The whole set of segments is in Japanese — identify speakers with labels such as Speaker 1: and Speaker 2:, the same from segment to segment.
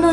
Speaker 1: の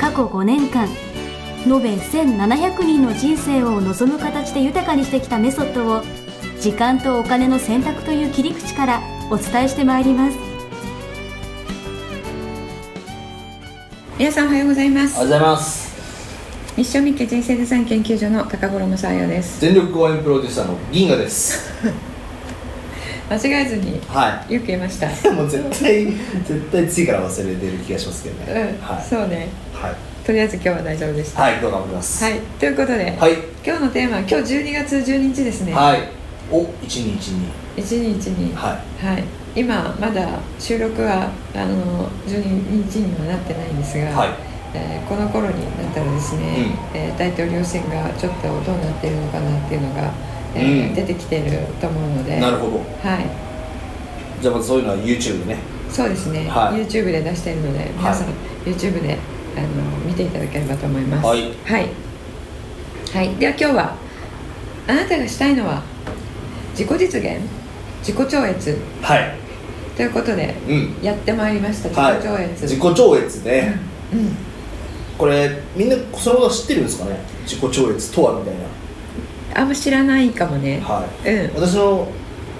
Speaker 1: 過去5年間延べ1700人の人生を望む形で豊かにしてきたメソッドを時間とお金の選択という切り口からお伝えしてまいります
Speaker 2: 皆さんおはようございます
Speaker 3: おはようございます
Speaker 2: ミッションミッケ人生デザイン研究所の高頃もさよです
Speaker 3: 全力応援プロデューサーの銀河です
Speaker 2: 間違えずによ
Speaker 3: は
Speaker 2: く言いました
Speaker 3: い もう絶対絶対次から忘れてる気がしますけどね
Speaker 2: うん、
Speaker 3: はい
Speaker 2: そうね
Speaker 3: はい
Speaker 2: とりあえず今日は大丈夫でした
Speaker 3: はいどうも頑張ります
Speaker 2: はいということで、
Speaker 3: はい
Speaker 2: 今日のテーマ今日12月12日ですね、
Speaker 3: はい、お一二一二
Speaker 2: 1日には
Speaker 3: はい
Speaker 2: い今まだ収録はあの12日にはなってないんですが、
Speaker 3: はい
Speaker 2: えーこの頃になったらですね、えー大統領選がちょっとどうなってるのかなっていうのが、えー
Speaker 3: うん
Speaker 2: 出てきてると思うので
Speaker 3: なるほど
Speaker 2: はい
Speaker 3: じゃあまずそういうのは YouTube ね
Speaker 2: そうですね、
Speaker 3: はい
Speaker 2: YouTube で出しているので皆さん、YouTube であの見ていただければと思います
Speaker 3: はい
Speaker 2: はい、はいでは今日はあなたがしたいのは自己実現自己超越
Speaker 3: はい
Speaker 2: ということで
Speaker 3: うん
Speaker 2: やってまいりました
Speaker 3: はい
Speaker 2: 自己超越、
Speaker 3: 自己超越ね、
Speaker 2: うん、
Speaker 3: これみんなそのこと知ってるんですかね自己超越とはみたいな
Speaker 2: あんま知らないかもね
Speaker 3: はい
Speaker 2: うん
Speaker 3: 私の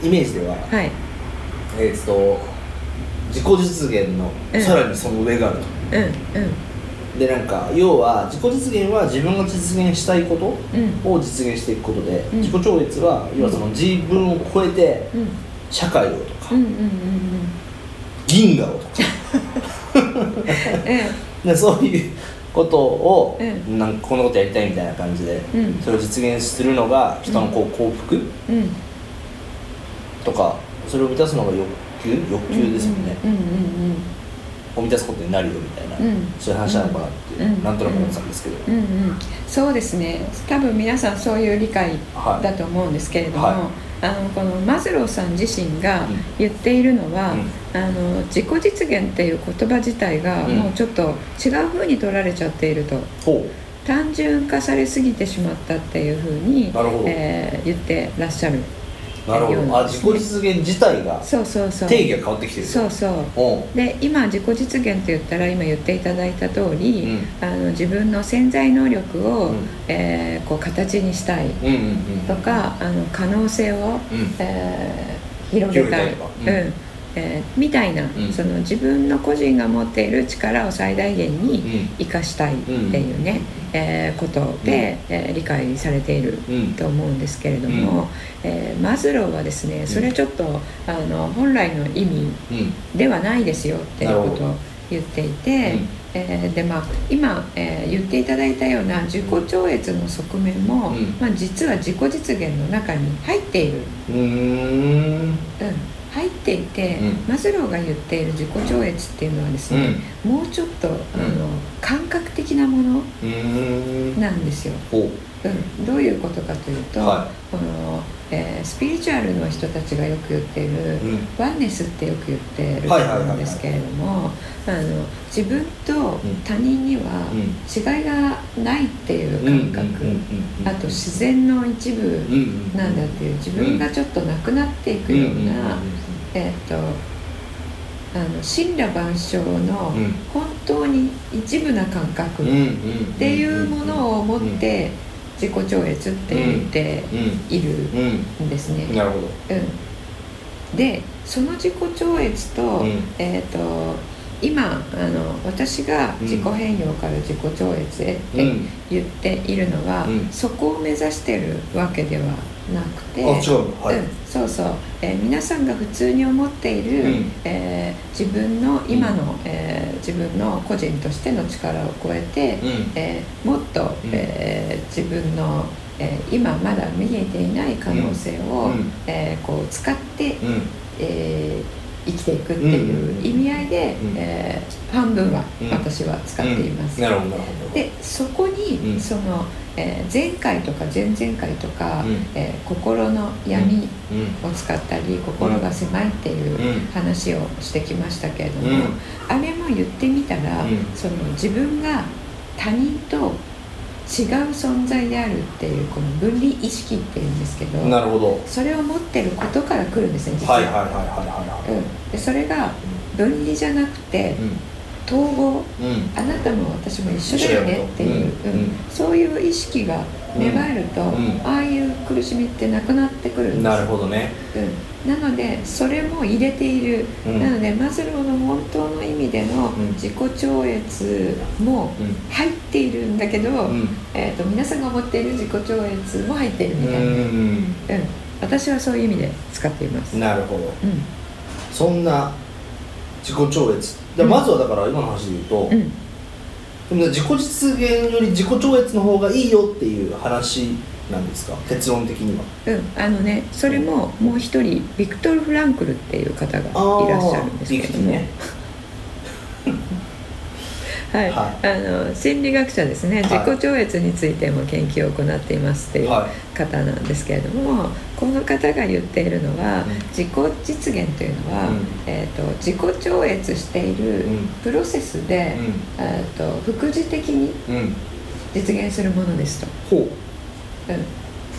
Speaker 3: イメージでは
Speaker 2: はい
Speaker 3: えーっと自己実現のさらにその上があると
Speaker 2: うん
Speaker 3: でなんか要は自己実現は自分が実現したいこと
Speaker 2: うん
Speaker 3: を実現していくことで、
Speaker 2: うん
Speaker 3: 自己超越は要はその自分を超えて
Speaker 2: うん
Speaker 3: 社会をとか
Speaker 2: うんうんうんうん うん
Speaker 3: 銀河を とかでそういうことを、
Speaker 2: う
Speaker 3: なんかこんなことやりたいみたいな感じで、
Speaker 2: うん
Speaker 3: それを実現するのが人のこう幸福
Speaker 2: うんうん
Speaker 3: とかそれを満たすのが欲求欲求ですもんね、
Speaker 2: うんうん
Speaker 3: を満たすことになるよみたいな、
Speaker 2: うん
Speaker 3: そういう話なのかなって、
Speaker 2: うん
Speaker 3: なんとなく思ってたんですけど、
Speaker 2: うんうんうんそうですね多分皆さんそういう理解
Speaker 3: はい
Speaker 2: だと思うんですけれども、
Speaker 3: は
Speaker 2: あのこのマズローさん自身が
Speaker 3: うん
Speaker 2: 言っているのは、
Speaker 3: う
Speaker 2: あの自己実現っていう言葉自体が
Speaker 3: うん
Speaker 2: もうちょっと違う風に取られちゃっていると
Speaker 3: ほ
Speaker 2: 単純化されすぎてしまったっていう風に
Speaker 3: なるほど
Speaker 2: えー言ってらっしゃる
Speaker 3: うなるほ
Speaker 2: やる
Speaker 3: ど
Speaker 2: よう
Speaker 3: あ
Speaker 2: に
Speaker 3: 自己実現自体が
Speaker 2: そうそうそう
Speaker 3: 定義が変わってきてる
Speaker 2: そうそう
Speaker 3: おう
Speaker 2: で今自己実現と言ったら今言っていただいた通り、
Speaker 3: うん
Speaker 2: あの自分の潜在能力を、
Speaker 3: うん
Speaker 2: えーこう形にしたい
Speaker 3: うんうん
Speaker 2: とか、あの可能性を、
Speaker 3: うんうん
Speaker 2: えー広げたい
Speaker 3: 広げたいとか
Speaker 2: う
Speaker 3: うんん
Speaker 2: えーみたいな、
Speaker 3: ん
Speaker 2: その自分の個人が持っている力を最大限
Speaker 3: うん
Speaker 2: に生かしたいっていうね、えーことで、えー理解されている
Speaker 3: うん
Speaker 2: と思うんですけれども、
Speaker 3: う
Speaker 2: えーマズローはですねそれちょっと、あの本来の意味
Speaker 3: うん
Speaker 2: ではないですよっていうこと
Speaker 3: な
Speaker 2: を
Speaker 3: るほど
Speaker 2: 言っていて、
Speaker 3: うん
Speaker 2: えーでまあ、今、えー言っていただいたような自己超越の側面も、
Speaker 3: うん
Speaker 2: まあ、実は自己実現の中に入っている、
Speaker 3: うーん
Speaker 2: うん、入っていて、
Speaker 3: うん
Speaker 2: マズローが言っている自己超越っていうのはです
Speaker 3: う
Speaker 2: ね、
Speaker 3: ん
Speaker 2: もうちょっと、あの感覚的なもの
Speaker 3: うーん
Speaker 2: なんですよ。
Speaker 3: ほ
Speaker 2: うん、どういうことかというと、
Speaker 3: は
Speaker 2: このえースピリチュアルの人たちがよく言っている、
Speaker 3: うん
Speaker 2: ワンネスってよく言ってると
Speaker 3: はいはいはいはい
Speaker 2: 思うんですけれどもあの自分と他人には
Speaker 3: うん
Speaker 2: 違いがないっていうう
Speaker 3: うん
Speaker 2: 感覚、
Speaker 3: うんうんうん
Speaker 2: あと自然の一部
Speaker 3: うんうん
Speaker 2: なんだっていう自分がちょっとなくなっていくよう
Speaker 3: うんうんうん
Speaker 2: な、えっとあの神羅万象の
Speaker 3: うん
Speaker 2: 本当に一部な感覚、
Speaker 3: うんうん
Speaker 2: っていうものを持って自己超越って言って
Speaker 3: うん
Speaker 2: いる
Speaker 3: うん
Speaker 2: んです
Speaker 3: うん
Speaker 2: ね。
Speaker 3: なるほど
Speaker 2: うん、でその自己超越と,、
Speaker 3: うん
Speaker 2: えー、と今あの私が自己変容から自己超越へっ
Speaker 3: う
Speaker 2: て
Speaker 3: ん
Speaker 2: 言っているのは、
Speaker 3: うん
Speaker 2: そこを目指してるわけではなくて。
Speaker 3: あ違うのはい
Speaker 2: うん、そうそう、えー皆さんが普通に思っている、
Speaker 3: うん
Speaker 2: えー自分の今の、えー自分の個人としての力を超えて、
Speaker 3: うん
Speaker 2: えーもっと、
Speaker 3: うん
Speaker 2: えー自分の、えー今まだ見えていない可能性を、
Speaker 3: うん
Speaker 2: えーこう使って、
Speaker 3: うん
Speaker 2: え生きていくっていう意味合いで、
Speaker 3: うん
Speaker 2: えー半分は
Speaker 3: うん
Speaker 2: 私は使っています、
Speaker 3: なるほどなるほど
Speaker 2: でそこに、
Speaker 3: うん
Speaker 2: その、えー前回とか前々回とか、
Speaker 3: うん
Speaker 2: えー心の闇
Speaker 3: うん
Speaker 2: を使ったり心が狭いっていう
Speaker 3: うん
Speaker 2: 話をしてきましたけれども、
Speaker 3: うん
Speaker 2: あれも言ってみたら、
Speaker 3: うん
Speaker 2: その自分が他人と違う存在であるっていうこの分離意識っていうんですけど
Speaker 3: なるほど
Speaker 2: それを持ってることから来るんですね実は、
Speaker 3: はいはいはいはいはいはい
Speaker 2: うん、でそれが分離じゃなくて
Speaker 3: うん
Speaker 2: 統合
Speaker 3: うん
Speaker 2: あなたも私も一緒だよねっていう、
Speaker 3: うん
Speaker 2: うんそういう意識が芽生えると、
Speaker 3: うん
Speaker 2: ああいう苦しみってなくなってくるんです
Speaker 3: なるほどね
Speaker 2: うん、なのでそれも入れている、
Speaker 3: うん
Speaker 2: なのでマズローの本当の意味での
Speaker 3: うん
Speaker 2: 自己超越も
Speaker 3: うん
Speaker 2: 入っているんだけど、
Speaker 3: うん
Speaker 2: えー、と皆さんが思っている自己超越も入っているみたいな、うん
Speaker 3: う
Speaker 2: 私はそういう意味で使っています、
Speaker 3: んなるほど
Speaker 2: う
Speaker 3: そんな自己超越でまずはだから今の話で言うと、
Speaker 2: んうん、
Speaker 3: でも自己実現より自己超越の方がいいよっていう話なんですか結論的には
Speaker 2: うん、あのねそれももう一人ビクトル・フランクルっていう方がいらっしゃるんですけれども、
Speaker 3: ね
Speaker 2: はい
Speaker 3: は
Speaker 2: あの心理学者ですね、
Speaker 3: はい
Speaker 2: 自己超越についても研究を行っていますっていう
Speaker 3: はい
Speaker 2: 方なんですけれどもこの方が言っているのは、
Speaker 3: うん
Speaker 2: 自己実現というのは、
Speaker 3: うん
Speaker 2: えー、と自己超越している
Speaker 3: うん
Speaker 2: プロセスで、えー、と副次的に
Speaker 3: うんうん
Speaker 2: 実現するものですと。
Speaker 3: ほ
Speaker 2: うん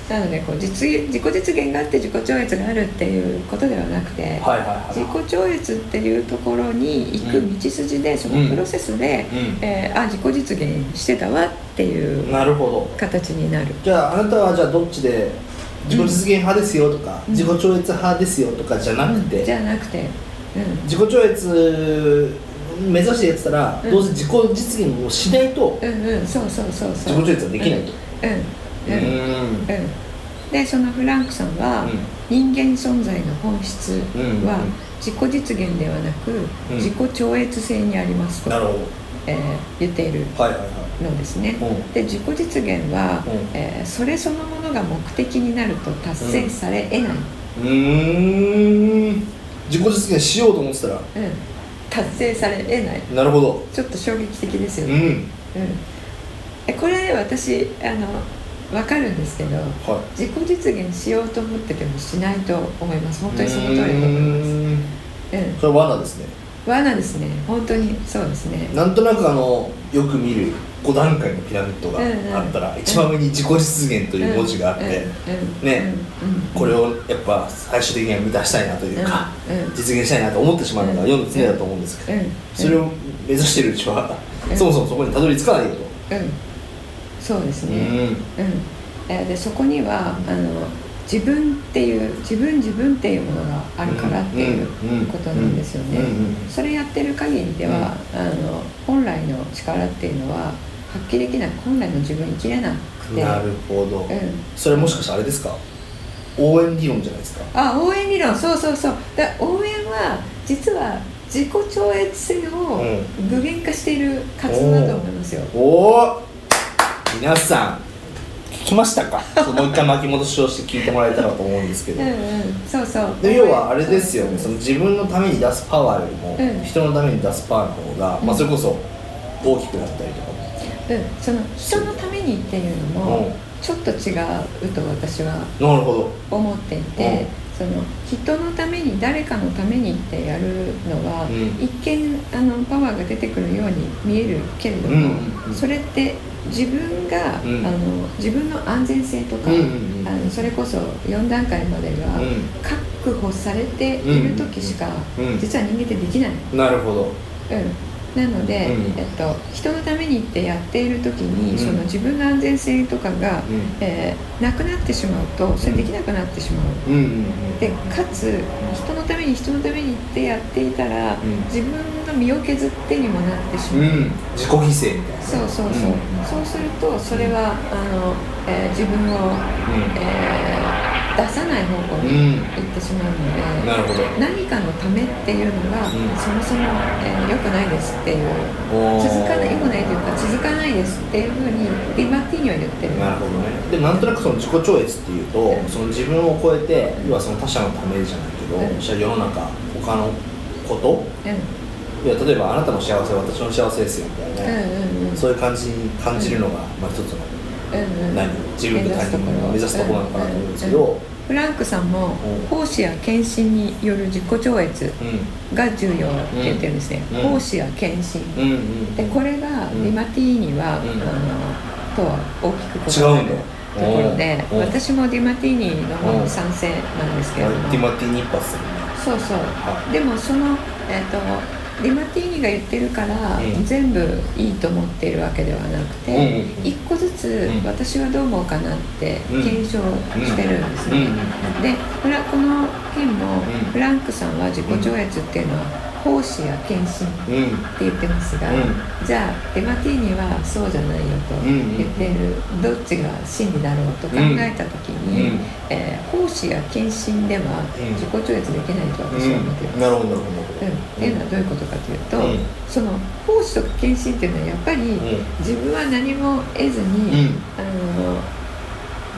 Speaker 2: なのでこう実現自己実現があって自己超越があるっていうことではなくて、
Speaker 3: うはいはいはい
Speaker 2: 自己超越っていうところに行く道筋で、そのプロセスで、えーあ自己実現してたわってい
Speaker 3: うん
Speaker 2: う
Speaker 3: なるほど
Speaker 2: 形になる
Speaker 3: じゃああなたはじゃあどっちで自己実現派ですよとか、
Speaker 2: うん
Speaker 3: 自己超越派ですよとかじゃなくて、
Speaker 2: じゃなくて、うん、
Speaker 3: 自己超越目指してやってたら、
Speaker 2: うん
Speaker 3: どうせ自己実現をしないと
Speaker 2: うんうんそうそうそうそう
Speaker 3: 自己超越はできないと
Speaker 2: うんうん、うん
Speaker 3: ん
Speaker 2: でそのフランクさんは、人間存在の本質は
Speaker 3: うん
Speaker 2: 自己実現ではなく、
Speaker 3: うん
Speaker 2: 自己超越性にありますと、
Speaker 3: なるほ
Speaker 2: えー言っている
Speaker 3: どはいはいはい
Speaker 2: のですね
Speaker 3: うん
Speaker 2: で自己実現は、
Speaker 3: うん
Speaker 2: えーそれそのものが目的になると達成されえない、
Speaker 3: うーん自己実現しようと思ってたら
Speaker 2: うん達成されえない
Speaker 3: なるほど
Speaker 2: ちょっと衝撃的です
Speaker 3: う
Speaker 2: よね、
Speaker 3: ん
Speaker 2: うんえこれ私あの分かるんですけど
Speaker 3: は
Speaker 2: 自己実現しようと思っててもしないと思います
Speaker 3: い
Speaker 2: 本当にその通りだと思います
Speaker 3: うーん
Speaker 2: うん
Speaker 3: それ罠ですね
Speaker 2: 罠ですね本当にそうですね
Speaker 3: なんとなくあのよく見る5段階のピラミッドがあった
Speaker 2: うん
Speaker 3: ら
Speaker 2: うん
Speaker 3: 一番上に自己実現という文字があって
Speaker 2: うんうんうん
Speaker 3: ね
Speaker 2: うんうん
Speaker 3: これをやっぱ最終的には満たしたいなというか
Speaker 2: うんうん
Speaker 3: 実現したいなと思ってしまうのが
Speaker 2: うん
Speaker 3: 世の常だと思うんですけ
Speaker 2: う
Speaker 3: ど
Speaker 2: んうん
Speaker 3: それを目指しているうちは
Speaker 2: うん
Speaker 3: そもそもそこにたどり着かないよと
Speaker 2: うんそうです
Speaker 3: う
Speaker 2: ね
Speaker 3: ん
Speaker 2: うん、えーでそこにはあの自分っていう自分自分っていうものがあるからっていうことなんですよね、
Speaker 3: うんうんうん
Speaker 2: それやってる限りでは、あの本来の力っていうのは発揮できない本来の自分生きれなくて
Speaker 3: なるほど
Speaker 2: うん、
Speaker 3: それもしかしてあれですか応援理論じゃないですか
Speaker 2: あ応援理論そうそうそうだ応援は実は自己超越性を
Speaker 3: う
Speaker 2: 具現化している活動だと思いますよ、
Speaker 3: おお皆さん聞きましたかそうもう一回巻き戻しをして聞いてもらえたらと思うんですけ
Speaker 2: うん
Speaker 3: ど
Speaker 2: うんそうそう
Speaker 3: で要はあれですよねそ
Speaker 2: そ
Speaker 3: の自分のために出すパワーよりも、
Speaker 2: うん
Speaker 3: 人のために出すパワーの方が、
Speaker 2: うん
Speaker 3: まあ、それこそ大きくなったりとか
Speaker 2: うん、その人のためにっていうの
Speaker 3: う
Speaker 2: も
Speaker 3: ん
Speaker 2: ちょっと違うと私は
Speaker 3: なるほ
Speaker 2: 思っていて、その人のために誰かのためにってやるのは、
Speaker 3: うん
Speaker 2: 一見あのパワーが出てくるように見えるけれども、
Speaker 3: うんうん
Speaker 2: それって自分が、
Speaker 3: うん
Speaker 2: あの自分の安全性とか、
Speaker 3: うんうんうん
Speaker 2: あのそれこそ4段階までが
Speaker 3: うん
Speaker 2: 確保されている時しか、
Speaker 3: うん
Speaker 2: 実は人間ってできない。
Speaker 3: どなるほど
Speaker 2: うん、なので、
Speaker 3: うん
Speaker 2: えっと、人のためにってやっている時に、
Speaker 3: うん
Speaker 2: その自分の安全性とかが、
Speaker 3: うん
Speaker 2: えーなくなってしまうとそれできなくなってしまう。
Speaker 3: うんうんうん
Speaker 2: でかつ人のために人のためにってやっていたら、
Speaker 3: うん
Speaker 2: 自分の身を削ってにもなってしまう、
Speaker 3: うん自己犠牲みたいな
Speaker 2: そうそうそう、
Speaker 3: ん
Speaker 2: そうするとそれはあの、えー自分を、えー出さない方向
Speaker 3: う
Speaker 2: に行
Speaker 3: ん
Speaker 2: ってしまうので、
Speaker 3: うんなるほど
Speaker 2: 何かのためっていうのが、
Speaker 3: ん
Speaker 2: そもそも、えー良くないですっていう
Speaker 3: おー
Speaker 2: 続かない良くないというか続かないですっていうふうにディマティーニは言ってる
Speaker 3: なるほどねでもなんとなくその自己超越っていうとその自分を超えて要はその他者のためじゃないけど、
Speaker 2: うん
Speaker 3: じゃあ世の中他のこと
Speaker 2: うん
Speaker 3: いや例えばあなたの幸せは私の幸せですよみたいな
Speaker 2: う、んうんうん
Speaker 3: そういう感じに感じるのが、まあ、一つの
Speaker 2: うんうん
Speaker 3: 何自分で他人を目指すところなのかなと思うんですけ
Speaker 2: う
Speaker 3: ど、
Speaker 2: フランクさんも
Speaker 3: うん
Speaker 2: 奉仕や献身による自己超越
Speaker 3: うん、
Speaker 2: が重要って言ってるんですね、
Speaker 3: うん
Speaker 2: 奉仕や献身、
Speaker 3: うんうん
Speaker 2: でこれが
Speaker 3: うん
Speaker 2: リマティーニは、
Speaker 3: うん
Speaker 2: あのとは大きく異なる
Speaker 3: 違うんだ
Speaker 2: ところで
Speaker 3: うん
Speaker 2: 私もディマティーニ
Speaker 3: う
Speaker 2: の
Speaker 3: ん
Speaker 2: 賛成なんですけれども
Speaker 3: ティマティ・ニッパス
Speaker 2: そうそう
Speaker 3: は
Speaker 2: でもその、えっとディマティーニが言ってるから、
Speaker 3: うん
Speaker 2: 全部いいと思っているわけではなく
Speaker 3: うん
Speaker 2: て、
Speaker 3: うんうん
Speaker 2: 一個ずつ
Speaker 3: うん
Speaker 2: 私はどう思うかなって
Speaker 3: うん
Speaker 2: 検証してるんですね、
Speaker 3: うんうん
Speaker 2: でこれはこの件も、
Speaker 3: うん
Speaker 2: フランクさんは自己超越っていうのは奉仕や献身
Speaker 3: うんうん
Speaker 2: って言ってますが、
Speaker 3: う
Speaker 2: じゃあデマティーニはそうじゃないよと
Speaker 3: うんうん
Speaker 2: 言ってる、どっちが真理だろうと考えた時に、
Speaker 3: うん
Speaker 2: えー奉仕や献身では
Speaker 3: うん
Speaker 2: 自己超越できないと私は思っています。
Speaker 3: なるほどなるほ
Speaker 2: う
Speaker 3: ど
Speaker 2: んっていうのはどういうことかというと、
Speaker 3: うん
Speaker 2: その奉仕と献身っていうのはやっぱり、
Speaker 3: ん
Speaker 2: 自分は何も得ず
Speaker 3: う
Speaker 2: に、
Speaker 3: ん
Speaker 2: あの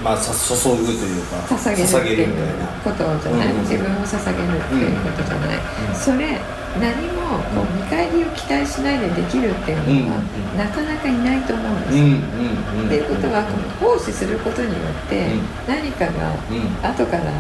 Speaker 3: まあさ注ぐというか
Speaker 2: 捧げるってい
Speaker 3: み
Speaker 2: う
Speaker 3: たいな
Speaker 2: ことじゃない、
Speaker 3: うんうん
Speaker 2: 自分を捧げるっていうことじゃない、
Speaker 3: うん
Speaker 2: それ何もこう見返りを期待しないでできるっていうのは、
Speaker 3: うんうん
Speaker 2: なかなかいないと思うんです、
Speaker 3: う
Speaker 2: っ
Speaker 3: んうんうん
Speaker 2: ていうことはこの奉仕することによって
Speaker 3: うん
Speaker 2: 何かが
Speaker 3: うん
Speaker 2: 後から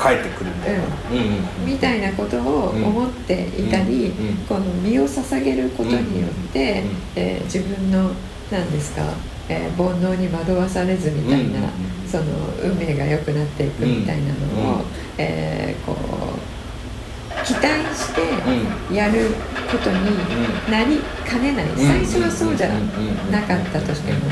Speaker 3: 帰ってくるみたいなうんうん
Speaker 2: みたいなことを思っていたり、
Speaker 3: うんうん
Speaker 2: この身を捧げることによって、
Speaker 3: うんうん
Speaker 2: えー自分の何ですか、えー煩悩に惑わされずみたいな、
Speaker 3: うんうんうん
Speaker 2: その運命が良くなっていくみたいなのを、
Speaker 3: うんうん
Speaker 2: えーこう期待してやることになりかねない、最初はそうじゃなかったとしても。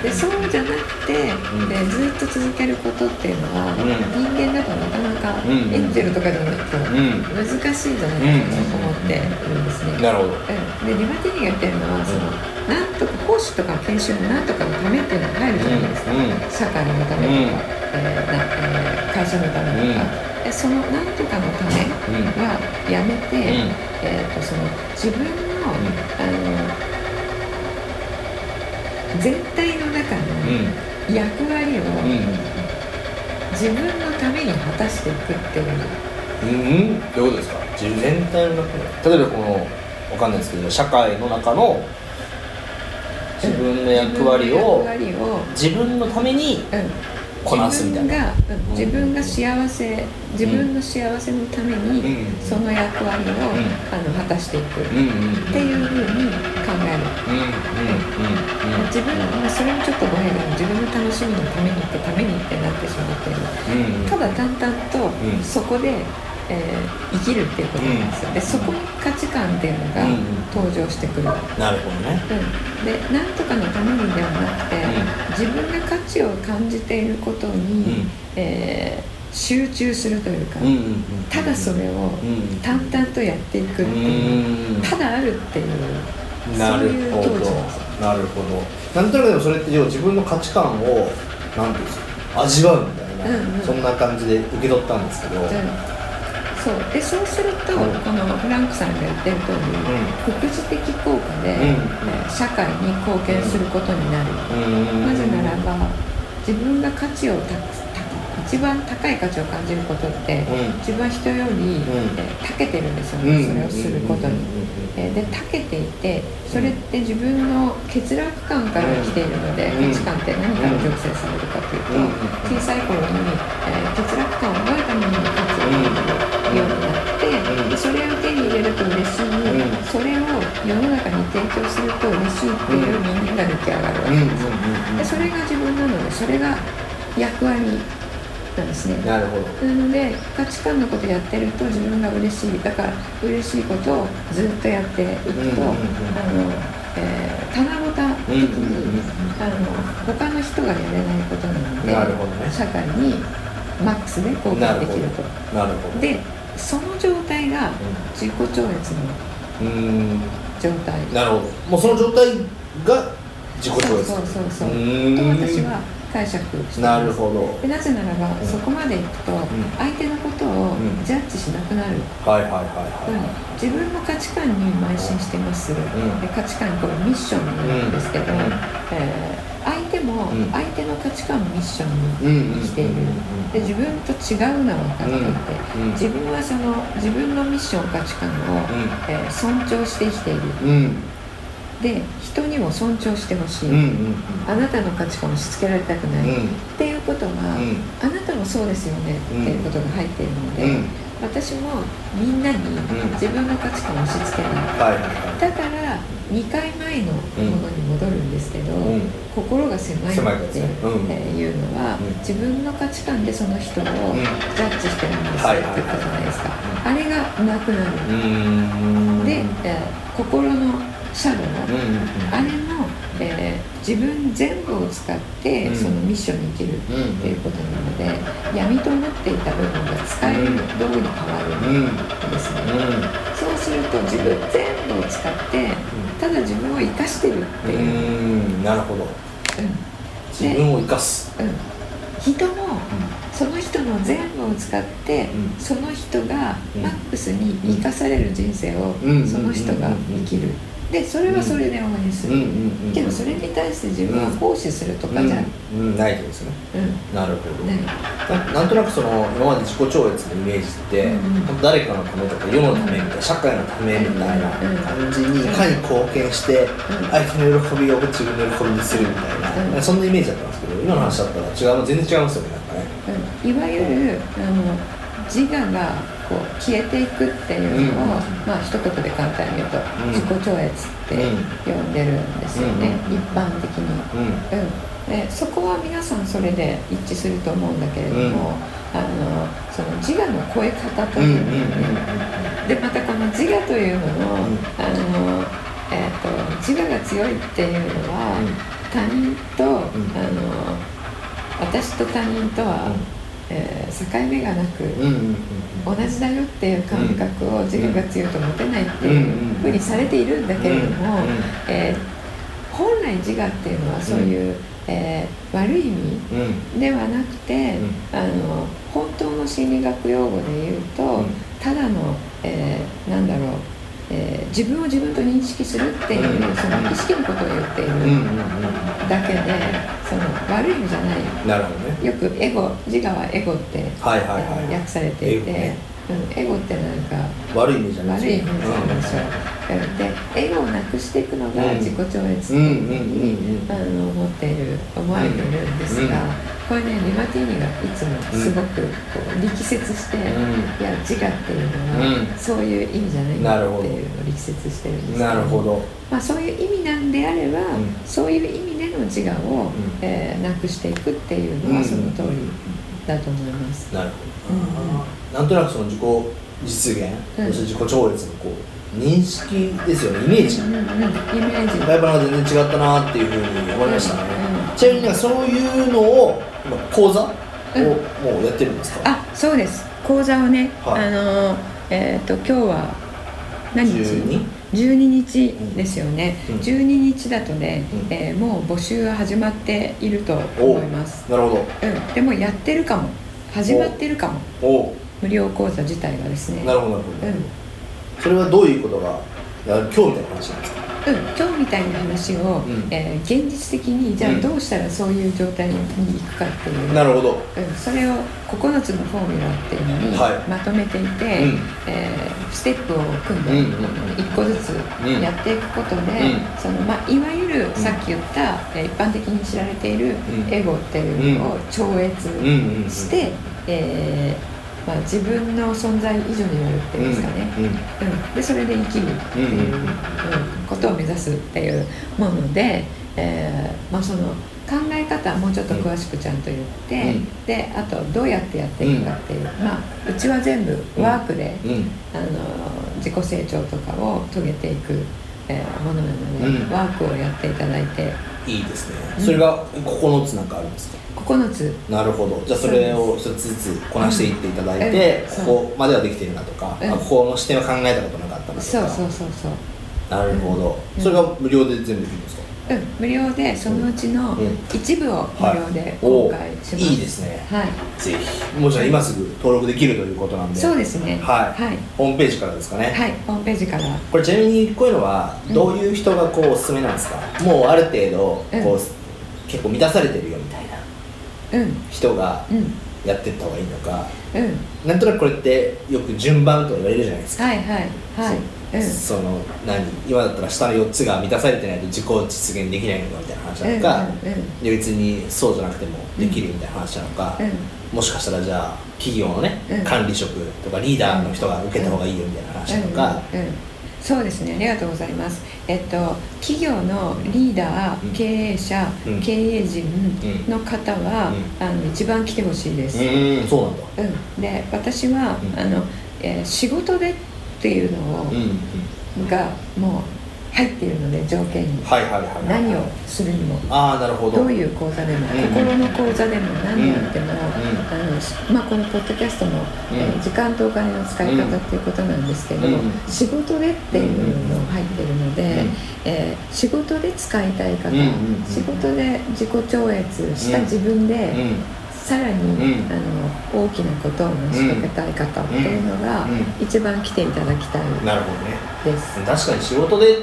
Speaker 2: でそうじゃなくて、
Speaker 3: ん
Speaker 2: でずっと続けることっていうのは、
Speaker 3: うん
Speaker 2: 人間だとなかなか、
Speaker 3: うん
Speaker 2: エンジェルとかでもなく
Speaker 3: うん
Speaker 2: 難
Speaker 3: うん
Speaker 2: しいんじゃないかなと思ってるんですね。
Speaker 3: なるほ
Speaker 2: う
Speaker 3: ど
Speaker 2: んでリバティーニが言ってるのはその、なんとか講師とか研修のなんとかのためっていうのが入るじゃないですか、
Speaker 3: う
Speaker 2: 社会
Speaker 3: んうん
Speaker 2: のためとか、えーなえー会社のためとか、でそのなんとかのためはやめて、
Speaker 3: うん
Speaker 2: えー、とその自分の,、あの全体の中
Speaker 3: うん
Speaker 2: の役割を
Speaker 3: うんうん
Speaker 2: 自分のために果たしていくっていう。
Speaker 3: うんどういうことですか自分全体の中で例えばこのわかんないですけど社会の中の自分の役割を
Speaker 2: 自分の役割を
Speaker 3: 自分のために
Speaker 2: うん
Speaker 3: こなすみたいな
Speaker 2: 自分が、うん自分が幸せ自分の幸せのために、
Speaker 3: うん
Speaker 2: その役割を、あの果たしていく、
Speaker 3: うんうんうんうんうん
Speaker 2: っていうふうに考える、自分まあそれもちょっと語弊がある自分の楽しみのためにってためにってなってしまっている
Speaker 3: うんうん
Speaker 2: ただ淡々と、
Speaker 3: うん
Speaker 2: そこで、えー生きるっていうことなんですよ、でそこに価値観っていうのが
Speaker 3: うんうん
Speaker 2: 登場してくる、
Speaker 3: なるほどね
Speaker 2: うんでなんとかのためにではなくて、自分が価値を感じていることに、
Speaker 3: うん
Speaker 2: えー集中するというか、
Speaker 3: うんうんうん
Speaker 2: ただそれを
Speaker 3: うん
Speaker 2: 淡々とやっていくって
Speaker 3: う
Speaker 2: いう、
Speaker 3: ん
Speaker 2: ただあるっていうそ
Speaker 3: な
Speaker 2: う
Speaker 3: る
Speaker 2: いう
Speaker 3: ほど
Speaker 2: 当時なんですよ
Speaker 3: なるほどなんとなくでもそれって要は自分の価値観をなんていうんですか味わうみたいな、
Speaker 2: うんうん
Speaker 3: そんな感じで受け取ったんですけど、うん
Speaker 2: うんそうでそうすると、
Speaker 3: うん
Speaker 2: このフランクさんが言ってる通り、副次的効果で、
Speaker 3: うん
Speaker 2: えー社会に貢献することになる、なぜならば自分が価値をたた一番高い価値を感じることって、
Speaker 3: うん
Speaker 2: 自分は人より、
Speaker 3: ん
Speaker 2: えー長けてるんですよ
Speaker 3: う
Speaker 2: ね、
Speaker 3: ん
Speaker 2: それをすることに。えーで長けていてそれって自分の欠落感から来ているので、
Speaker 3: うん
Speaker 2: 価値観って何から形成されるかというと、
Speaker 3: うん
Speaker 2: 小さい頃に、えー欠落感を覚えたものに価値を感じるようになって、
Speaker 3: うん
Speaker 2: でそれを手に入れると嬉しい、
Speaker 3: うん
Speaker 2: それを世の中に提供すると嬉しいっていう人間が出来上がるわ
Speaker 3: う
Speaker 2: け
Speaker 3: んうんうん
Speaker 2: ですよ、
Speaker 3: うん
Speaker 2: でそれが自分なのでそれが役割なんですね。
Speaker 3: なるほど
Speaker 2: なので価値観のことやってると自分が嬉しいだから嬉しいことをずっとやっていくと、
Speaker 3: うんうんうん
Speaker 2: あのえー、棚ぼた的
Speaker 3: うんうんうん
Speaker 2: に、あの他の人がやれないことなので
Speaker 3: なるほどね
Speaker 2: 社会にマックスで貢
Speaker 3: な
Speaker 2: 献で
Speaker 3: るほ
Speaker 2: きると。
Speaker 3: どなるほど
Speaker 2: でその状態が自己超越の
Speaker 3: うん
Speaker 2: 状態
Speaker 3: なるほどもうその状態が自己超越
Speaker 2: そうそうそうそう
Speaker 3: う
Speaker 2: と
Speaker 3: ーん
Speaker 2: 私は解釈しています
Speaker 3: なるほど
Speaker 2: でなぜならば、
Speaker 3: うん
Speaker 2: そこまでいくと、相手のことを
Speaker 3: うん
Speaker 2: ジャッジしなくなる、
Speaker 3: はいはいはいは
Speaker 2: 自分の価値観に邁進してます、
Speaker 3: ん
Speaker 2: で価値観これミッションなんですけど、
Speaker 3: うん
Speaker 2: えー相手も
Speaker 3: うん
Speaker 2: 相手の価値観をミッション
Speaker 3: うんうん
Speaker 2: にしているで自分と違うのは分かっていて、
Speaker 3: うんうん
Speaker 2: 自分はその自分のミッション価値観を、
Speaker 3: うん
Speaker 2: えー尊重して生きている
Speaker 3: うん
Speaker 2: で人にも尊重してほしい、
Speaker 3: うんうん
Speaker 2: あなたの価値観を押し付けられたくない、
Speaker 3: うん
Speaker 2: っていうことは、
Speaker 3: うん
Speaker 2: あなたもそうですよねって
Speaker 3: うん
Speaker 2: いうことが入っているので、
Speaker 3: うん
Speaker 2: 私もみんなに
Speaker 3: ん
Speaker 2: 自分の価値観を押し付けない、
Speaker 3: はいは
Speaker 2: だから2回前のものに戻るんですけど、
Speaker 3: うん
Speaker 2: 心が狭い
Speaker 3: 狭い
Speaker 2: っ
Speaker 3: です
Speaker 2: て
Speaker 3: ねうん
Speaker 2: いうのは、
Speaker 3: うん
Speaker 2: 自分の価値観でその人をジ
Speaker 3: うん
Speaker 2: ャッジしてるんですよ
Speaker 3: は
Speaker 2: って
Speaker 3: いはいはい
Speaker 2: 言ったじゃないですか、あれがなくなる、
Speaker 3: いうん
Speaker 2: で、えー心のシャドウ、
Speaker 3: うんうんうん
Speaker 2: あれも、えー自分全部を使って、
Speaker 3: うん
Speaker 2: そのミッションに生きるっていうことなので、闇と思っていた部分が使える道具に変わる
Speaker 3: うんうん
Speaker 2: んですね、そうすると自分全部を使ってただ自分を生かしてるっていう、うん
Speaker 3: うんなるほど自分を生かす
Speaker 2: うん人もその人の全部を使って、
Speaker 3: うん
Speaker 2: その人が
Speaker 3: うん
Speaker 2: マックスに生かされる人生を、
Speaker 3: うん
Speaker 2: その人が生きるでそれはそれで応援す
Speaker 3: う
Speaker 2: る、
Speaker 3: んうんうん
Speaker 2: けどそれに対して自分は奉仕するとかじゃん、
Speaker 3: うんうんないってことですね
Speaker 2: うん
Speaker 3: なるほど
Speaker 2: ない
Speaker 3: ななんとなくその今まで自己超越のイメージって、
Speaker 2: うん
Speaker 3: 本当誰かのためとか世のためみたいな社会のためみたいな感じにいかに貢献して相手の喜びを自分の喜びにするみたいな、
Speaker 2: うん
Speaker 3: そんなイメージだったんですけど今の話だったら違うの全然違いますよねなんかね
Speaker 2: うんいわゆるあの自我がこう消えていくっていうのを、
Speaker 3: うん
Speaker 2: まあ一言で簡単に言うと、
Speaker 3: うん
Speaker 2: 自己超越って呼んでるんですよね、
Speaker 3: うん
Speaker 2: 一般的に。うん、でそこは皆さんそれで一致すると思うんだけれども、
Speaker 3: うん
Speaker 2: あのその自我の超え方と
Speaker 3: うんうん
Speaker 2: いううの
Speaker 3: ん
Speaker 2: ねでまたこの自我というものを、
Speaker 3: う
Speaker 2: あ
Speaker 3: ん
Speaker 2: のえー、と自我が強いっていうのは、
Speaker 3: うん
Speaker 2: 他人と、
Speaker 3: ん
Speaker 2: あの私と他人とは、
Speaker 3: うん
Speaker 2: えー境目がなく、
Speaker 3: うんうんうんうん
Speaker 2: 同じだよっていう感覚を自我が強いと持てないって
Speaker 3: うん
Speaker 2: いう
Speaker 3: うん
Speaker 2: ふうにされているんだけれども、
Speaker 3: うんうん
Speaker 2: えー本来自我っていうのはそういう、えー悪い意味
Speaker 3: うん
Speaker 2: ではなくて、
Speaker 3: う
Speaker 2: あの本当の心理学用語で言うと、
Speaker 3: うん
Speaker 2: ただの、えーなんだろう、えー自分を自分と認識するっていう、
Speaker 3: うん
Speaker 2: その意識のことを言っている
Speaker 3: うんうんうん
Speaker 2: だけで、その悪い意味じゃない
Speaker 3: なるほどね
Speaker 2: よくエゴ自我はエゴって、
Speaker 3: はいはいはい
Speaker 2: あの訳されていて、
Speaker 3: エ
Speaker 2: うん、エゴってなんか
Speaker 3: 悪い意味じゃない
Speaker 2: 悪い意味なんですよ、でエゴをなくしていくのが
Speaker 3: うん
Speaker 2: 自己超越って
Speaker 3: うんうんうんうん
Speaker 2: あの思っている思われているんですが、
Speaker 3: うん
Speaker 2: これねリマティーニがいつもすごくこう力説して、
Speaker 3: う
Speaker 2: いや自我っていうのは、
Speaker 3: うん
Speaker 2: そういう意味じゃないん
Speaker 3: なる
Speaker 2: だ
Speaker 3: ほ
Speaker 2: っ
Speaker 3: ど
Speaker 2: ていうのを力説してるんですけ
Speaker 3: なるほど
Speaker 2: まあ、そういう意味なんであれば、
Speaker 3: ん
Speaker 2: そういう意味での自我を、えーなくしていくっていうのはその通りだと思います。
Speaker 3: なるほ
Speaker 2: うん
Speaker 3: どなんとなくその自己実現、
Speaker 2: うん
Speaker 3: そして自己超越のこう認識ですよねイメージ
Speaker 2: うんうん、イメージ
Speaker 3: ライバルが全然違ったなっていうふうに思いましたね、
Speaker 2: うん
Speaker 3: ちなみになんかそういうのを今講座を
Speaker 2: うん
Speaker 3: もうやってるんですか、
Speaker 2: あそうです講座をね、
Speaker 3: はい
Speaker 2: あのーえっ、と今日は何日
Speaker 3: 12?
Speaker 2: 12日ですよね、
Speaker 3: うん
Speaker 2: 12日だとね、
Speaker 3: うん
Speaker 2: えーもう募集は始まっていると思います、
Speaker 3: なるほ
Speaker 2: うん、でもやってるかも始まってるかも
Speaker 3: どお
Speaker 2: 無料講座自体がですね
Speaker 3: おなるほどなるほ
Speaker 2: う
Speaker 3: ど、
Speaker 2: ん、うん、
Speaker 3: それはどういうことがやる今日みたいな話なんですか
Speaker 2: 今日みたいな話を、
Speaker 3: ん
Speaker 2: えー現実的にじゃあ
Speaker 3: うん
Speaker 2: どうしたらそういう状態に行くかっていう、
Speaker 3: なるほど
Speaker 2: うん、それを9つのフォーミュラっていうのに
Speaker 3: はい
Speaker 2: まとめていて、
Speaker 3: うん
Speaker 2: えーステップを組んで、
Speaker 3: うんうん
Speaker 2: 一個ずつやっていくことで、
Speaker 3: ん
Speaker 2: そのまあ、いわゆるさっき言った、えー一般的に知られている
Speaker 3: うん
Speaker 2: エゴっていうのを超越
Speaker 3: うんうんうん
Speaker 2: して、えーまあ、自分の存在以上になるっていうんですかね、
Speaker 3: うんう
Speaker 2: う
Speaker 3: ん
Speaker 2: ん、でそれで生きるっていう、
Speaker 3: うんうんうん
Speaker 2: ことを目指すっていうもので、えーまあ、その考え方もうちょっと詳しくちゃんと言って、
Speaker 3: うん
Speaker 2: であとどうやってやっていくかっていう、まあ、うちは全部ワークで、
Speaker 3: うん
Speaker 2: あの自己成長とかを遂げていく、えーものなので、
Speaker 3: うん
Speaker 2: ワークをやっていただいて
Speaker 3: いいですね、
Speaker 2: うん
Speaker 3: それが9つなんかあるんですか
Speaker 2: 9つ
Speaker 3: なるほどじゃあそれを一つずつこなしていっていただいて、
Speaker 2: うん
Speaker 3: ここまではできてるなとか、
Speaker 2: うん
Speaker 3: あここの視点は考えたことなかったなとか
Speaker 2: そうそうそうそう。
Speaker 3: なるほど、
Speaker 2: うん
Speaker 3: それが無料で全部できるんですか
Speaker 2: うん、無料でそのうちの
Speaker 3: うん
Speaker 2: 一部を無料で
Speaker 3: お
Speaker 2: 公
Speaker 3: お
Speaker 2: 開します、
Speaker 3: いいですね
Speaker 2: はい、
Speaker 3: ぜひもうじゃあ今すぐ登録できるということなんで
Speaker 2: そうですね
Speaker 3: はい、
Speaker 2: はい
Speaker 3: ホームページからですかね、
Speaker 2: はい、ホームページから
Speaker 3: これちなみにこういうのはどういう人がこうおすすめなんですか、もうある程度こ
Speaker 2: う
Speaker 3: う、
Speaker 2: ん
Speaker 3: 経結構満たされてるよみたいな
Speaker 2: うん
Speaker 3: 人が
Speaker 2: うん
Speaker 3: やってった方がいいのか、
Speaker 2: うん
Speaker 3: なんとなくこれってよく順番とか言われるじゃないですか、
Speaker 2: はいはいはいうん
Speaker 3: そうその何今だったら下の4つが満たされてないと自己実現できないのかみたいな話なのか、
Speaker 2: うんうんうん
Speaker 3: いや別にそうじゃなくてもできるみたいな話なのか、
Speaker 2: うん
Speaker 3: もしかしたらじゃあ企業のね、
Speaker 2: うん
Speaker 3: 管理職とかリーダーの人が受けた方がいいよみたいな話なのか、
Speaker 2: うんうんうんそうですねありがとうございますえっと企業のリーダー、
Speaker 3: うん
Speaker 2: 経営者、
Speaker 3: うん
Speaker 2: 経営陣の方は、あの一番来てほしいです、
Speaker 3: うーんそうなんだ
Speaker 2: うんで私は、
Speaker 3: うん
Speaker 2: あのえー仕事でっていうのを、
Speaker 3: うんうん
Speaker 2: がもう入っているので条件に、
Speaker 3: はいはいはいはい
Speaker 2: 何をするにも
Speaker 3: ああなるほど
Speaker 2: どういう講座でも、
Speaker 3: うん
Speaker 2: 心の講座でも何やっても、
Speaker 3: ん
Speaker 2: あのしまあ、このポッドキャストも、えー時間とお金の使い方っていうことなんですけど、
Speaker 3: うん
Speaker 2: 仕事でっていうのが入ってるので、
Speaker 3: うん
Speaker 2: えー仕事で使いたい方、
Speaker 3: うんうん
Speaker 2: 仕事で自己超越した自分で、
Speaker 3: うんうん
Speaker 2: さらに、
Speaker 3: うん
Speaker 2: あの大きなことを成し遂げたい方っていうのが、
Speaker 3: うんうん
Speaker 2: 一番来ていただきたい
Speaker 3: なるほどね
Speaker 2: です。
Speaker 3: 確かに仕事でっ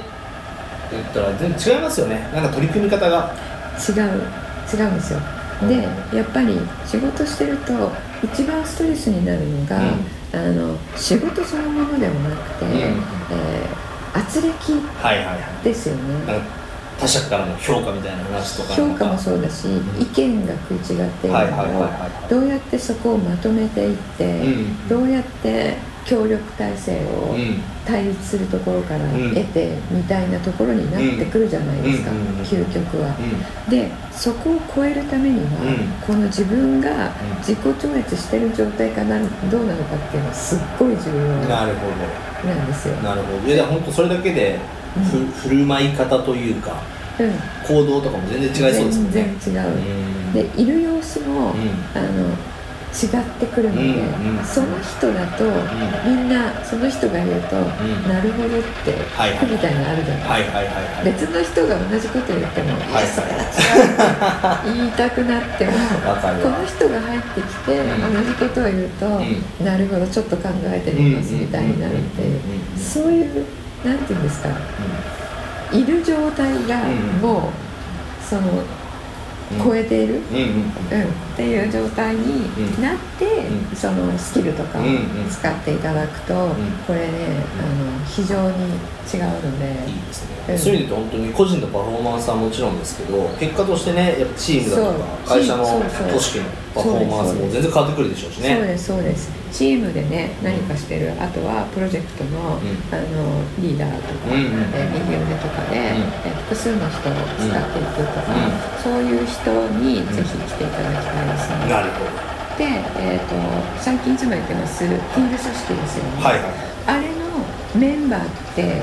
Speaker 3: て言ったら全然違いますよねなんか取り組み方が
Speaker 2: 違う違うんですよでやっぱり仕事してると一番ストレスになるのが、あの仕事そのものではなくて、
Speaker 3: うん
Speaker 2: えー圧力
Speaker 3: はいはいはい
Speaker 2: ですよ
Speaker 3: な
Speaker 2: ね
Speaker 3: んか他者からの評価みたいな話とか
Speaker 2: 評価も
Speaker 3: う
Speaker 2: そうだし、
Speaker 3: ん
Speaker 2: 意見が食い違っているのを、
Speaker 3: はいはいはいはい
Speaker 2: どうやってそこをまとめていって、
Speaker 3: うん
Speaker 2: どうやって協力体制を
Speaker 3: うん
Speaker 2: 対立するところから
Speaker 3: うん
Speaker 2: 得てみたいなところになってくるじゃないですか、
Speaker 3: うんうん
Speaker 2: 究極は。
Speaker 3: う
Speaker 2: でそこを超えるためには、
Speaker 3: うん
Speaker 2: この自分が
Speaker 3: うん
Speaker 2: 自己超越してる状態かなどうなのかっていうのはすっごい重
Speaker 3: ん
Speaker 2: 要
Speaker 3: な
Speaker 2: な
Speaker 3: るほ
Speaker 2: んですよ
Speaker 3: ど。なるほどいや本当それだけでふ、
Speaker 2: う
Speaker 3: 振る舞い方というか
Speaker 2: うん、
Speaker 3: 行動とかも全然違いそうですもん
Speaker 2: 全
Speaker 3: ね
Speaker 2: 然違
Speaker 3: う
Speaker 2: う。
Speaker 3: ん
Speaker 2: でいる様子も、
Speaker 3: うん
Speaker 2: あの違ってくるので、
Speaker 3: うんうん
Speaker 2: その人だと、みんなその人が言うと、
Speaker 3: ん
Speaker 2: なるほどって、
Speaker 3: はいはい
Speaker 2: みたいなのあるじゃない
Speaker 3: はいはいはいはい
Speaker 2: 別の人が同じこと言っても「い
Speaker 3: はい
Speaker 2: やそれは違う」って言いたくなっても
Speaker 3: わかる
Speaker 2: こ
Speaker 3: わ
Speaker 2: の人が入ってきて
Speaker 3: うん
Speaker 2: 同じことを言うと「
Speaker 3: う
Speaker 2: なるほどちょっと考えてみます」みたいになるっていう
Speaker 3: うんうんうんうんうん
Speaker 2: そういうなんて言うんですかいる状態が
Speaker 3: うん
Speaker 2: もうその
Speaker 3: うん
Speaker 2: 超えている。
Speaker 3: うんうん
Speaker 2: うん、っていう状態になって、
Speaker 3: う
Speaker 2: そのスキルとか
Speaker 3: うんうん
Speaker 2: 使っていただくと、これねあの非常に違うので、
Speaker 3: いいです
Speaker 2: う
Speaker 3: ね
Speaker 2: ん
Speaker 3: そういう意味で本当に個人のパフォーマンスはもちろんですけど結果としてねやっぱチームだと
Speaker 2: そ
Speaker 3: か
Speaker 2: う
Speaker 3: 会社の
Speaker 2: そうそう
Speaker 3: 組織のパフォーマンスも全然変わってくるでしょうし
Speaker 2: そう
Speaker 3: ね
Speaker 2: ですそうですチームでね何かしてるあとはプロジェクトの,、
Speaker 3: ん
Speaker 2: あのリーダーとか、
Speaker 3: うんうん
Speaker 2: えー右腕とかで、えー複数の人を使っていくとか、そういう人にぜひ来ていただきたいですね、
Speaker 3: なるほど
Speaker 2: で、えー、と最近いつも言ってますティング組織ですよね、
Speaker 3: はいはい
Speaker 2: あれのメンバーって、
Speaker 3: ん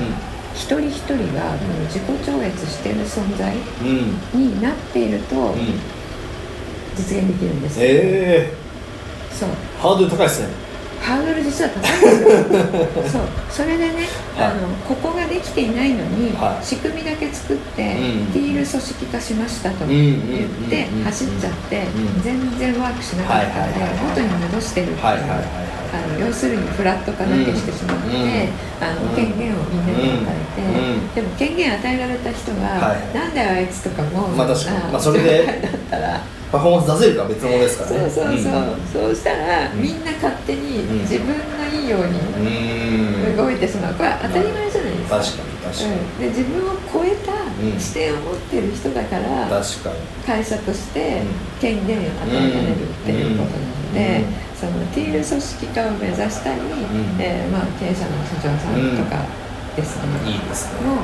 Speaker 2: 一人一人がこの自己超越している存在
Speaker 3: うん
Speaker 2: になっていると
Speaker 3: うん
Speaker 2: 実現できるんですよ、
Speaker 3: え
Speaker 2: そう
Speaker 3: ー、ハードル高いですね
Speaker 2: ハードル実は高いん ですよそうそれでね、
Speaker 3: は
Speaker 2: あ
Speaker 3: い
Speaker 2: のここができていないのに、
Speaker 3: はい
Speaker 2: 仕組みだけ作って、
Speaker 3: うん
Speaker 2: ディール組織化しましたと
Speaker 3: うん
Speaker 2: 言
Speaker 3: うんうん
Speaker 2: って
Speaker 3: うん
Speaker 2: 走っちゃって、
Speaker 3: うん
Speaker 2: 全然ワークしなかったので、
Speaker 3: はいはいはいはい
Speaker 2: 元に戻してるっていう、
Speaker 3: はいはいはい
Speaker 2: あの要するにフラット化だけしてしまって、
Speaker 3: うんうん
Speaker 2: あ
Speaker 3: う
Speaker 2: の
Speaker 3: ん
Speaker 2: 権限をみんなに与えて、で
Speaker 3: うん
Speaker 2: も権限与えられた人が、
Speaker 3: はい
Speaker 2: なんだよあいつとかも、
Speaker 3: まあ確かに
Speaker 2: あ
Speaker 3: まあそれで
Speaker 2: だったら
Speaker 3: パフォーマンス出せるかは別のものですから
Speaker 2: そ
Speaker 3: ね
Speaker 2: うそうそう、そうしたら、
Speaker 3: うん
Speaker 2: みんな勝手に
Speaker 3: うん
Speaker 2: 自分のいいよう
Speaker 3: う
Speaker 2: に
Speaker 3: んうん
Speaker 2: 動いてしまうこれは当たり前じゃないです
Speaker 3: 確
Speaker 2: か
Speaker 3: かに確か
Speaker 2: う
Speaker 3: に、
Speaker 2: ん、で自分を超えた視点を持ってる人だから、
Speaker 3: 確か
Speaker 2: 会
Speaker 3: に
Speaker 2: 社として
Speaker 3: うん
Speaker 2: 権限を与えられるっていうことなので、
Speaker 3: う
Speaker 2: そのティール組織化を目指したり、
Speaker 3: ん
Speaker 2: えーまあ、経営者の社長さんとかですね、
Speaker 3: いいですね
Speaker 2: の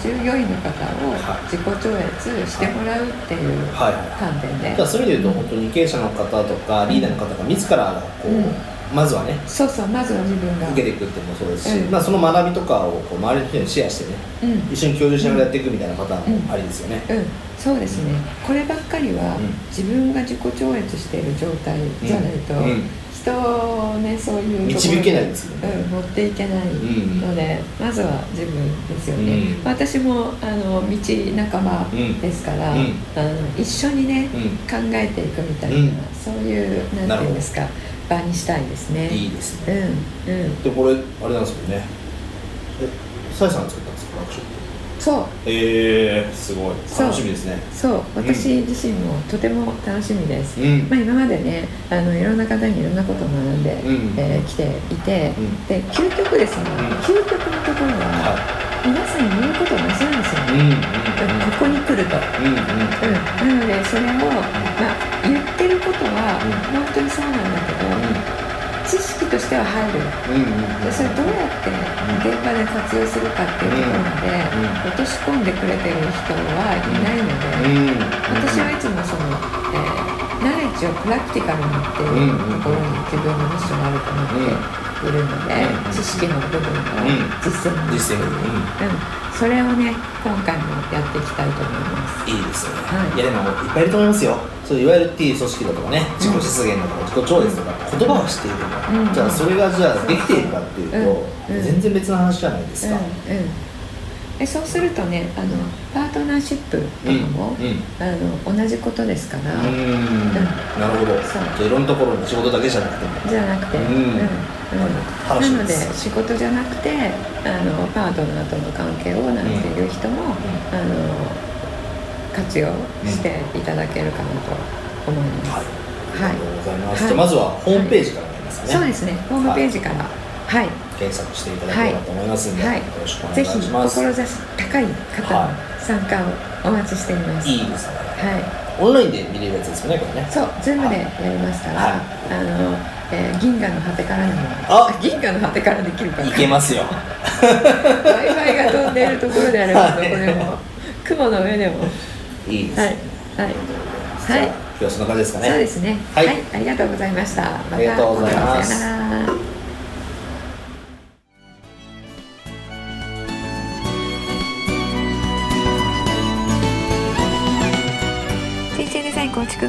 Speaker 2: 従業員の方を
Speaker 3: はい
Speaker 2: 自己超越してもらうっていう
Speaker 3: はいはい
Speaker 2: 観点で、
Speaker 3: だからそういう意味で言うと本当に経営者の方とかリーダーの方が自らこう、
Speaker 2: うん
Speaker 3: まずはね
Speaker 2: そうそうまずは自分が
Speaker 3: 受けていくっていうのもそうですし、
Speaker 2: うん
Speaker 3: まあ、その学びとかをこう周りの人にシェアしてね
Speaker 2: うん、うん、
Speaker 3: 一緒に共有しながらやっていくみたいなパターンもありですよね、
Speaker 2: そうですねこればっかりは
Speaker 3: うん
Speaker 2: 自分が自己超越している状態じゃないと、
Speaker 3: うんうん
Speaker 2: 人をねそういうところに
Speaker 3: 導けないですよね
Speaker 2: うん、持っていけない
Speaker 3: ん
Speaker 2: ので、まずは自分ですよね、
Speaker 3: うん
Speaker 2: 私もあの道仲間ですから、
Speaker 3: うんうん
Speaker 2: あの一緒にね、
Speaker 3: うん
Speaker 2: 考えていくみたいな、
Speaker 3: うん
Speaker 2: そういうなん
Speaker 3: な
Speaker 2: てい
Speaker 3: るほ
Speaker 2: うん
Speaker 3: ど
Speaker 2: ですか場にしたいですね
Speaker 3: いいです
Speaker 2: うん
Speaker 3: ね、
Speaker 2: うん
Speaker 3: でこれあれなんですけどねえサイさんが作ったんですかワークショッ
Speaker 2: そう
Speaker 3: えー、すごい
Speaker 2: そう
Speaker 3: 楽しみですね
Speaker 2: そう私自身もとても楽しみです、
Speaker 3: うん
Speaker 2: まあ、今までねあのいろんな方にいろんなことを学んでき、
Speaker 3: うん
Speaker 2: えー来ていて、
Speaker 3: うん
Speaker 2: で究極ですね、
Speaker 3: ん
Speaker 2: 究極のところは
Speaker 3: は
Speaker 2: 皆さん言うこと同じなんですよ
Speaker 3: いう
Speaker 2: ね、
Speaker 3: んうんうん
Speaker 2: ここに来ると、
Speaker 3: うんうん
Speaker 2: うん、なのでそれを、まあ、言ってることは本当にそうなんだけど、知識としては入る
Speaker 3: うんうんうん
Speaker 2: でそれどうやって現場で活用するかっていうところまで落とし込んでくれてる人はいないので、
Speaker 3: うんうん
Speaker 2: 私はいつもその、えーナレッジをプラクティカルにっていうところに自分のミッションがあると思っているので、
Speaker 3: うん
Speaker 2: 知識の部分の
Speaker 3: うん
Speaker 2: 実践の部分
Speaker 3: 実践の部分
Speaker 2: うん、それをね今回もやっていきたいと思います
Speaker 3: いいですよね、
Speaker 2: はい
Speaker 3: い、やでもいっぱいいると思いますよそういわゆる T 組織だとかね自己実現だとか自己超越とか言葉は知っているとか、
Speaker 2: うん
Speaker 3: じゃあそれがじゃあできているかっていうと、
Speaker 2: うんうん
Speaker 3: 全然別の話じゃないですか、
Speaker 2: うんうんでそうするとねあのパートナーシップとかも、
Speaker 3: うんうん
Speaker 2: あの同じことですから、
Speaker 3: うーんなるほど
Speaker 2: そう
Speaker 3: じゃあいろんなところの仕事だけじゃなくても
Speaker 2: じゃなくて、
Speaker 3: うん楽
Speaker 2: な
Speaker 3: しみ
Speaker 2: の
Speaker 3: で
Speaker 2: です仕事じゃなくてあのパートナーとの関係をなっている人も、あの活用していただけるかなと思います、
Speaker 3: はい
Speaker 2: は
Speaker 3: あ
Speaker 2: い
Speaker 3: りがとうございます、
Speaker 2: はい
Speaker 3: じゃあまずはホームページからになりますかね、
Speaker 2: そうですねホームページからはい、
Speaker 3: 検索していただければと思いますんで、
Speaker 2: はい
Speaker 3: よろしくお願
Speaker 2: ぜ
Speaker 3: い
Speaker 2: ひ
Speaker 3: します、
Speaker 2: 志高い方の参加をお待ちしています、
Speaker 3: い、いですね
Speaker 2: は
Speaker 3: オンラインで見れるやつですよねこれね
Speaker 2: い、そう、ズームでやりますから、
Speaker 3: はい
Speaker 2: あの、えー銀河の果てからでも、
Speaker 3: あ
Speaker 2: 銀河の果てからできるかな。
Speaker 3: いけますよ
Speaker 2: Wi-Fi が飛んでいるところであれば、ど
Speaker 3: はい
Speaker 2: こでも、雲の上でも。
Speaker 3: いいですね、
Speaker 2: はい、はい、
Speaker 3: じゃあ
Speaker 2: はい
Speaker 3: 今日はそんな感じですかね
Speaker 2: そうですね。
Speaker 3: はい
Speaker 2: ありがとうございました。また
Speaker 3: ありがとうございます
Speaker 2: さよなら水中デザイン構築